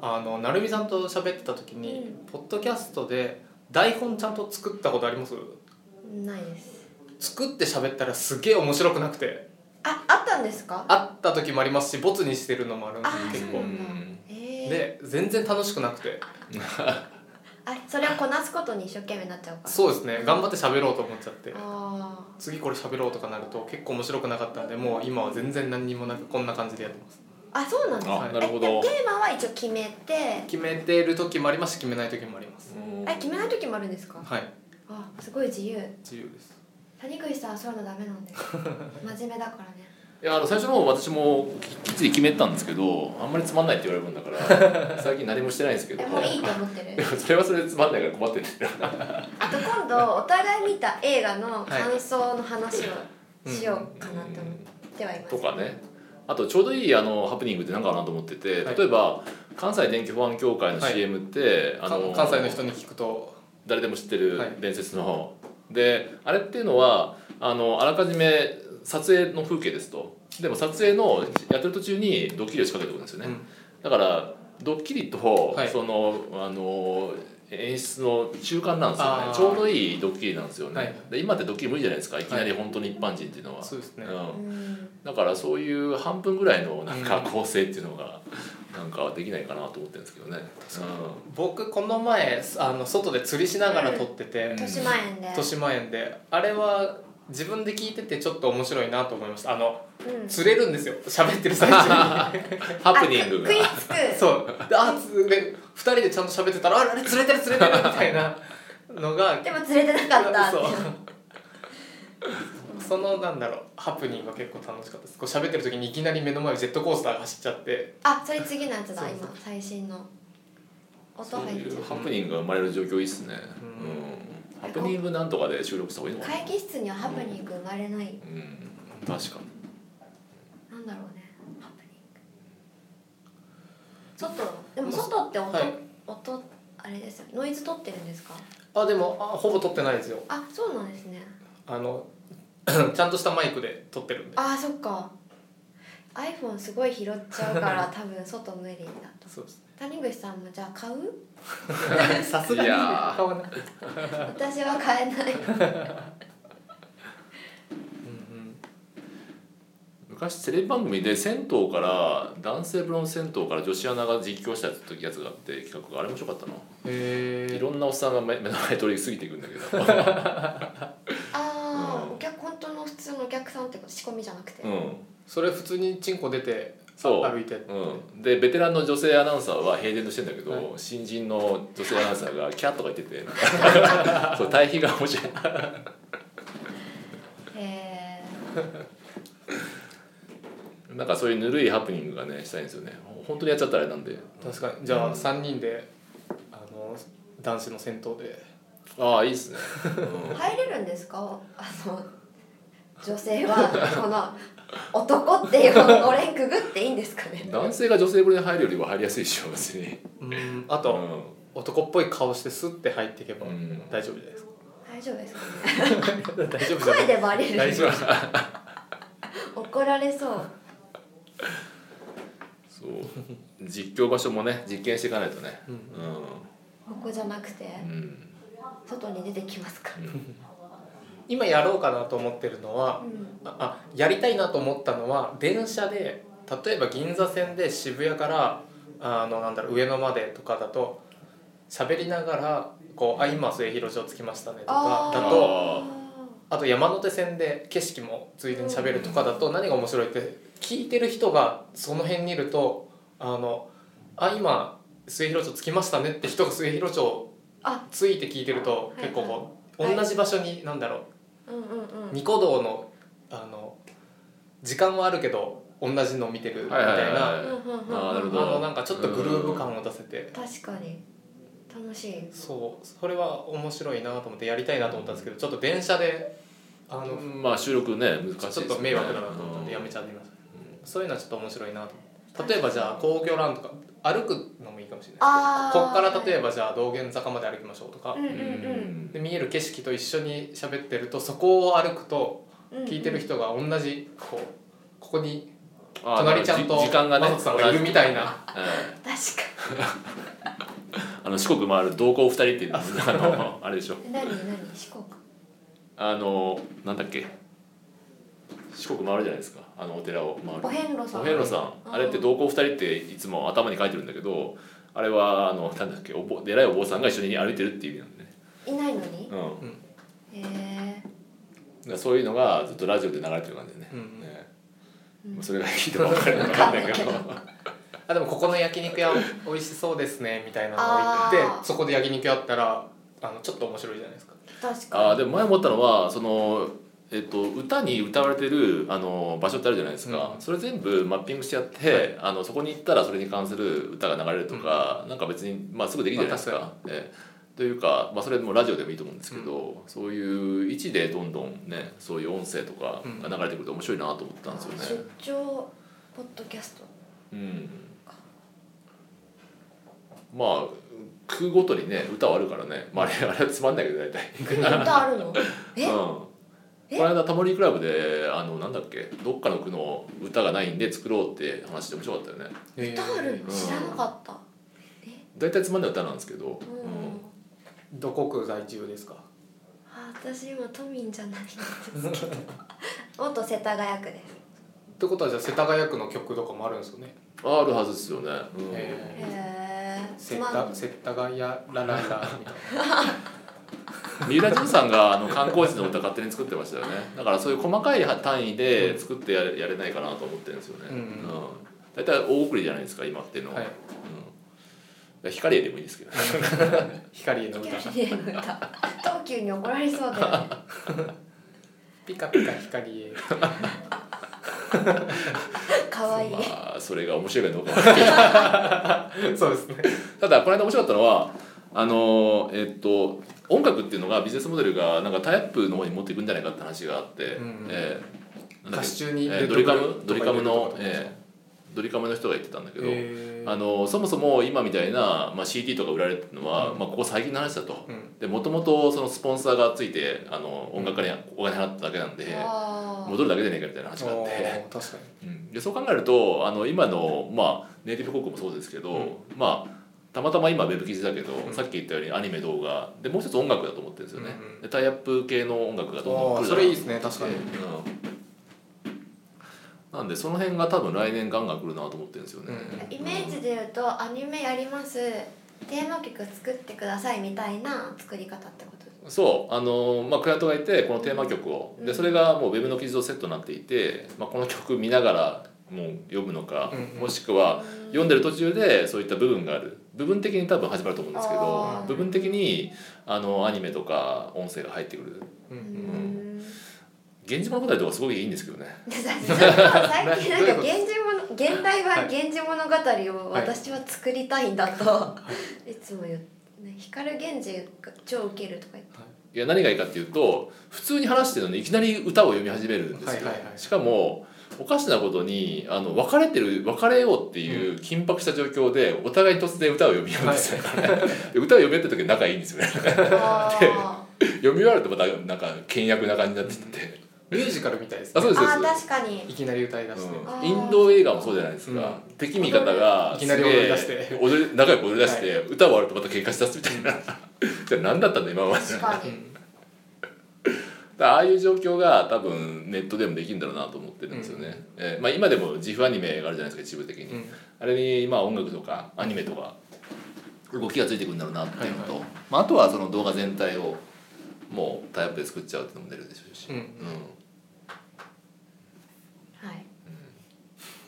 あの成美さんと喋ってた時に、うんポッドキャストで台本ちゃんと作ったことありますないです作って喋ったらすげえ面白くなくてああったんですか会った時もありますしボツにしてるのもあるんですよ結あ構そうなんだえー、で全然楽しくなくてあそれをこなすことに一生懸命になっちゃうからそうですね頑張って喋ろうと思っちゃってあ次これ喋ろうとかなると結構面白くなかったんでもう今は全然何にもなくこんな感じでやってますーあそうなんですはかいあなるほえでどテーマは一応決めて決めてる時もありますし決めない時もありますうんえ決めない時もあるんですかはいあすごい自由自由です谷口さんはそういうのダメ なんで真面目だからねいやあの最初の方私もきっちり決めたんですけどあんまりつまんないって言われるもんだ から最近何もしてないんですけどえもういいと思ってでるもそれはそれでつまんないから困ってるんだよあと今度お互い見た映画の感想の話をしようかなと思ってはいます、とかねあとちょうどいいあのハプニングって何かなと思っててはい例えば関西電気保安協会のはい CM って、あの関西の人に聞くと誰でも知ってるはい伝説の方、であれっていうのはあのあらかじめ撮影の風景ですとでも撮影のやってる途中にドッキリを仕掛けてくるんですよね、うんだからドッキリと、はいそのあの演出の中間なんですよあねーちょうどいいドッキリなんですよね、はいで今ってドッキリ無理じゃないですかいきなり本当に一般人っていうのは、そうですねうんうんだからそういう半分ぐらいのなんかうん構成っていうのがなんかできないかなと思ってるんですけどね。僕この前あの外で釣りしながら撮ってて、うん豊島園で、豊島園であれは自分で聞いててちょっと面白いなと思いましたあのうん、釣れるんですよ喋ってる最中 うんハプニングがあ食食いにつくそうであ釣れ2人でちゃんと喋ってたらああれ釣れてる釣れてるみたいなのがでも釣れてなかったってそう そのなんだろうハプニングが結構楽しかったですこう喋ってる時にいきなり目の前をジェットコースターが走っちゃってあそれ次のやつだそうそう今最新の音そう入っいちゃううハプニングが生まれる状況いいっすね。うんうんハプニングなんとかで収録した方がいいのかな。会議室にはハプニング生まれない、うん確かに。なんだろうねハプニング外でも外って音、はい音あれですよノイズ取ってるんですかあでもあほぼ撮ってないですよあそうなんですねあの ちゃんとしたマイクで撮ってるんであーそっか iPhone すごい拾っちゃうから 多分外無理だとそうです谷口さんもじゃあ買うね さすがにいやー買わない私は買え ないうんうん昔テレビ番組で銭湯から男性風呂の銭湯から女子アナが実況した時やつがあって企画があれ面白かったな。へいえろんなおっさんが目目の前通り過ぎていくんだけ ど。ああ、うんお客本当の普通のお客さんってこと仕込みじゃなくて、うん。それ普通にチンコ出てそう歩いてうん、でベテランの女性アナウンサーは平然としてんだけど、はい新人の女性アナウンサーが「キャッ」とか言っ ててそう対比が面白いへえなんかそういうぬるいハプニングがねしたいんですよねほ本当にやっちゃったらあれなんで確かにじゃうあん3人であの男子の戦闘でああいいっすね、入れるんですかあの女性はこの男っていうこののれんくぐっていいんですかうん、ね男性が女性風呂に入るよりは入りやすいでしょ別にうんあうと、ん男っぽい顔してスッて入っていけばうん大丈夫じゃないですか、大丈夫ですかね 大丈夫じゃな声いでバレ大る丈夫じゃない怒られそうそう実況場所もね実験していかないとねうんここじゃなくてうん、うん外に出てきますか今やろうかなと思ってるのはうんああやりたいなと思ったのは電車で例えば銀座線で渋谷からあのなんだろう上野までとかだと喋りながらこう「あ今末広町着きましたね」とかあーだとあと山手線で景色もついでに喋るとかだと何が面白いって聞いてる人がその辺にいるとあのあ今末広町着きましたねって人が末広町あついて聞いてるとはい結構こうはい同じ場所に何だろうんうんううんニコ動のあの時間はあるけど同じのを見てるみたいはいはいはいなはうんうんうんうんあーなるあほどのなんかちょっとグルーヴ感を出せて確かに楽しいそうそれは面白いなと思ってやりたいなと思ったんですけどちょっと電車であのまあ収録ね難しいですちょよっねと迷惑だなと思ってやめちゃってます、そういうのはちょっと面白いなと思って例えばじゃあ公共ランとか歩くのもいいかもしれないあこっから例えばじゃあ道玄坂まで歩きましょうとかうんううんんで見える景色と一緒に喋ってるとそこを歩くとうん聞いてる人が同じこうここにあー隣ちゃんとじ時間がねマサトさんがいるみたいなえ確かーあの四国回る同行二人っていうのあのあれでしょに何何四国あのなんだっけ四国回るじゃないですかあのお寺を回るお遍路さんお遍路さうんんあれって同行二人っていつも頭に書いてるんだけどあれはあのなんだっけおぼ偉いお坊さんが一緒に歩いてるっていう意味なんでね、いないのにうん、だかへえらそういうのがずっとラジオで流れてる感じでね,、うんねうんまあそれがいいとか分かるのか分かんないけどわあでもここの焼肉屋美味しそうですねみたいなのを言っあーてそこで焼肉屋あったらあのちょっと面白いじゃないですか確 あかーでも前思ったのはその、えっと、歌に歌われてるあの場所ってあるじゃないですか、うんそれ全部マッピングしてやって、あのそこに行ったらそれに関する歌が流れるとか、なんか別に、まあ、すぐできるじゃないですか。まあええというか、まあ、それもラジオでもいいと思うんですけど、そういう位置でどんどんねそういう音声とかが流れてくると面白いなと思ったんですよね。出張ポッドキャ ストうん、まあ区ごとにね歌はあるからね、まあ、あれあれはつまんないけど大体。歌あるのえうん、えこの間タモリクラブであのなんだっけどっかの区の歌がないんで作ろうって話で面白かったよね歌あるの知らなかった大体つまんない歌なんですけど、うん、どこ区在住ですかあ私今都民じゃないんですけど 元世田谷区ですってことはじゃあ世田谷区の曲とかもあるんですよね、あるはずですよね、うんへへえ世つまん田世田谷ラララみたい三浦淳さんがあの観光地の歌勝手に作ってましたよねだからそういう細かい単位で作ってやれやれないかなと思ってるんですよね、うん大体大送りじゃないですか今っていう のな、は、はうんい、だから光栄でもいいですけど光への歌東急の歌東急に怒られそうだよ ねピカピカ光へ可愛いい、まあそれが面白いかどうかはそうですねただこの間面白かったのはあのえっと音楽っていうのがビジネスモデルがなんかタイアップの方に持っていくんじゃないかって話があって、うんえーなん歌だっけ手中にえーレッドブリルカムドリカとムのか、入れるとえードリカムの人が言ってたんだけど、へーあのそもそも今みたいな、まあ、CD とか売られてるのは、まあ、ここ最近の話だと。うんでもともとそのスポンサーがついてあの音楽家にお金払っただけなんであー戻るだけじゃねえかみたいな話があっおてー確かうんでそう考えるとあの今の、まあ、ネイティブ広告もそうですけど、うんまあたまたま今ウェブ記事だけど、んさっき言ったようにアニメ動画でもう一つ音楽だと思ってるんですよね、うんうんでタイアップ系の音楽がどんどにん来るそれいいですね確かに、うんなんでその辺が多分来年ガンガン来るなと思ってるんですよね、うイメージで言うとアニメやりますテーマ曲作ってくださいみたいな作り方ってことそうあのーまあ、クライアントがいてこのテーマ曲をうでんそれがもうウェブの記事とセットになっていて、まあ、この曲見ながらもう読むのか、うんうんもしくは読んでる途中でそういった部分がある部分的に多分始まると思うんですけあどー部分的にあのアニメとか音声が入ってくるうんううんん「源氏物語」とかすごくいいんですけどね 最近なんどかういうこと源氏物現代版源氏物語を私は作りたいんだと、い、つも言う、ね、光源氏が超ウケるとか言っていや何がいいかっていうと普通に話してるのにいきなり歌を読み始めるんですよ、はいはいはいしかもおかしなことにあの別れてる別れようっていう緊迫した状況でお互い突然歌を読み合うんですよ、で歌を読み合ってる時仲いいんですよね あ読み終わるとまたなんか倹約な感じになっててミュージカルみたいですあねそうーですそあうーです確かにいきなり歌いだして、うんあーインド映画もそうじゃないですか、敵味方がいきなり踊り出してすげえ踊り仲良く踊り出して、歌終わるとまた喧嘩しだすみたいな じゃあ何だったんだ今まで確かうにんだからああいう状況が多分ネットでもできるんだろうなと思ってるんですよね、えーまあ、今でも自負アニメがあるじゃないですか一部的に、うんあれにまあ音楽とかアニメとか動きがついてくるんだろうなっていうのと、まあ、あとはその動画全体をもうタイアップで作っちゃうっていうのも出るでしょうし、うんはい。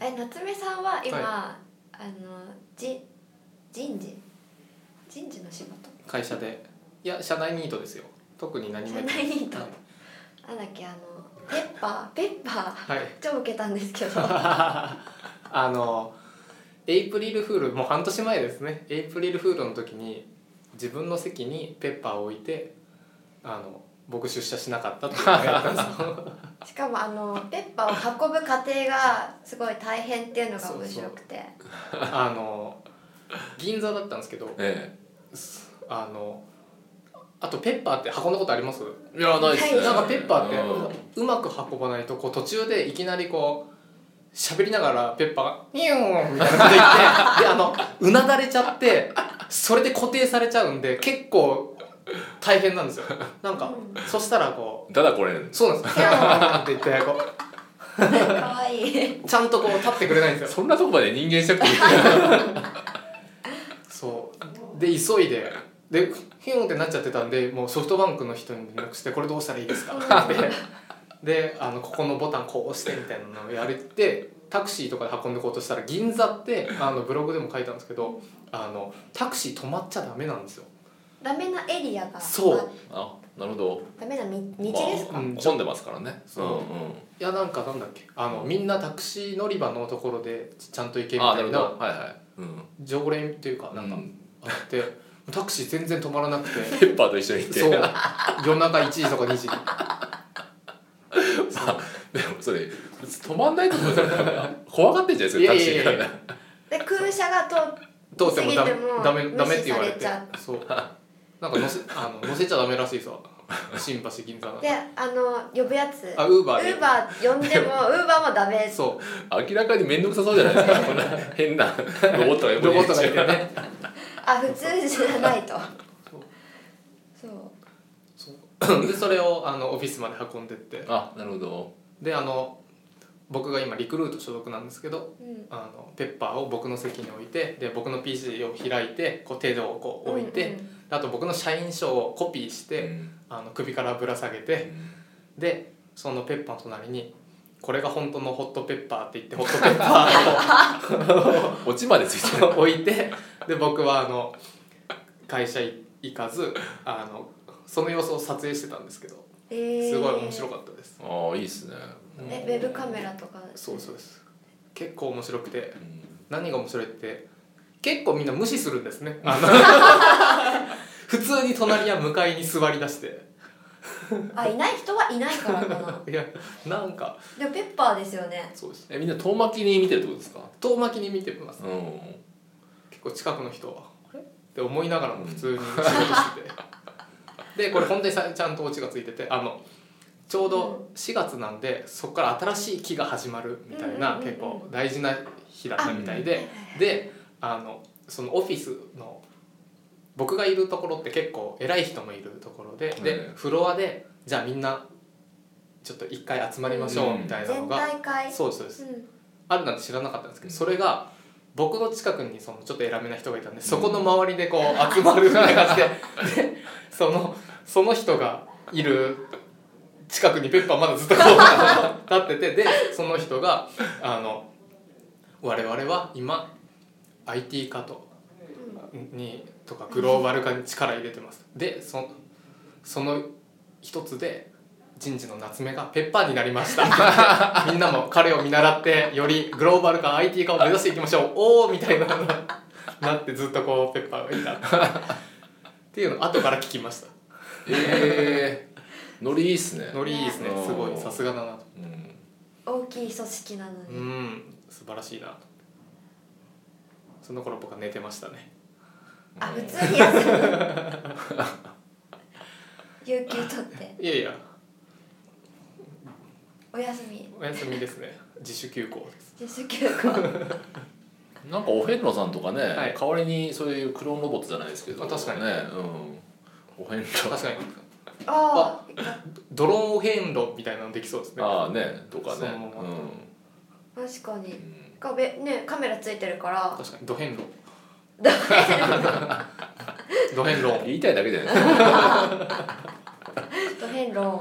え、夏目さんは今、はあの、じ、人事。人事の仕事。会社でいや社内ニートですよ特に何もやってない社内ニートはいなんだっけ、あの、ペッパー、ペッパはー。い超受けたんですけど。ああのエイプリルフールもう半年前ですねエイプリルフールの時に自分の席にペッパーを置いてあの僕出社しなかったっていうのをやったんですよしかも、あの、ペッパーを運ぶ過程が、すごい大変っていうのが面白く て。あの銀座だったんですけどえあのあとペッパーって運んだことありますえいやないですねなんかペッパーってうんうまく運ばないとこう途中でいきなりこう喋りながらペッパーが「ニューン!」みたいなこと言ってであのうなだれちゃってそれで固定されちゃうんで結構大変なんですよなんかそしたらこただこれうそうなんですよ「ニューン!」 って言ってこ可愛いいうちゃんとこう立ってくれないんですよそんなとこまで人間しなくていいそうで急いででヒューンってなっちゃってたんでもうソフトバンクの人に連絡して「これどうしたらいいですか?」って であのここのボタンこう押してみたいなのをやれてタクシーとかで運んでこうとしたら銀座ってあのブログでも書いたんですけどあのタクシー止まっちゃダメなんですよ。ダメなエリアがそうああなるほどダメなみ道ですまあか、うん混んでますからねそうういやなんかなんだっけあのみんなタクシー乗り場のところでちゃんと行けんみあなたるほいどなはいはいうん常連っていうかなんかあってタクシー全然止まらなくて ペッパーと一緒にいてそうでも夜中1時とか2時にそれ止まんないと思うよ怖がってんじゃないですかタクシーいやいやがいで空車が通っ通ってもダメ過ぎてもダメダメって言われ無視てさそうなんか乗せ あの乗せちゃダメらしいさ新橋銀座のてあの呼ぶやつあウーウバーでーバー呼んでもウーバーもダメそう明らかに面倒くさそうじゃないですかこんな変なロボットがロ横にボいットがいててねあ普通じゃないとそうそうそうで それをあのオフィスまで運んでってあなるほどであの僕が今リクルート所属なんですけどうんあのペッパーを僕の席に置いてで僕の PC を開いてこう手をこう置いて、うんうんあと僕の社員証をコピーしうて、んあの首からぶら下げてでそのペッパーの隣に「これが本当のホットペッパー」って言ってホットペッパオチまでついて ーを置いてで僕はあの会社い行かずあのその様子を撮影してたんですけどえーすごい面白かったです。るああいいっすねうんえウェブカメラとかそうそうです結構面白くてうん何が面白いって結構みんな無視するんですねあの 普通に隣や向かいに座り出してあいない人はいないからかないやなんかでもペッパーですよねそうですえみんな遠巻きに見てるってことですか遠巻きに見てますうん結構近くの人はあれって思いながらも普通 に仕事しててでこれ本当にさちゃんとオチがついててあのちょうど4月なんでそこから新しい期が始まるみたいなうんうんうんうん結構大事な日だったみたいでであのそのオフィスの僕がいるところって結構偉い人もいるところででうんフロアでじゃあみんなちょっと一回集まりましょうみたいなの全が体会そうですそうですうんあるなんて知らなかったんですけどうんそれが僕の近くにそのちょっと偉めな人がいたんでそこの周りでこう集まるみたいな感じででそのその人がいる近くにペッパーまだずっとこう立っててでその人があの我々は今 IT 化とにとかグローバル化に力入れてますでそその一つで人事の夏目がペッパーになりました みんなも彼を見習ってよりグローバル化 IT 化を目指していきましょう おおみたいなのがなってずっとこうペッパーがいたっていうのを後から聞きましたええノリいいっすねノリいいですねうんすごいさすがだなとうん大きい組織なのうに、ん素晴らしいなとその頃僕は寝てましたねあ普通に休む有給取っていやいやお休みお休みですね自主休校です自主休校なんかお遍路さんとかね、はい代わりにそういうクローンロボットじゃないですけどあ確かにね、うん、お遍路確かにあドローン遍路みたいなのできそうですねああねとかそねのままあ確かうにんかべねカメラついてるから確かにド 遍路 ドド遍路言いたいだけじゃないですかド変論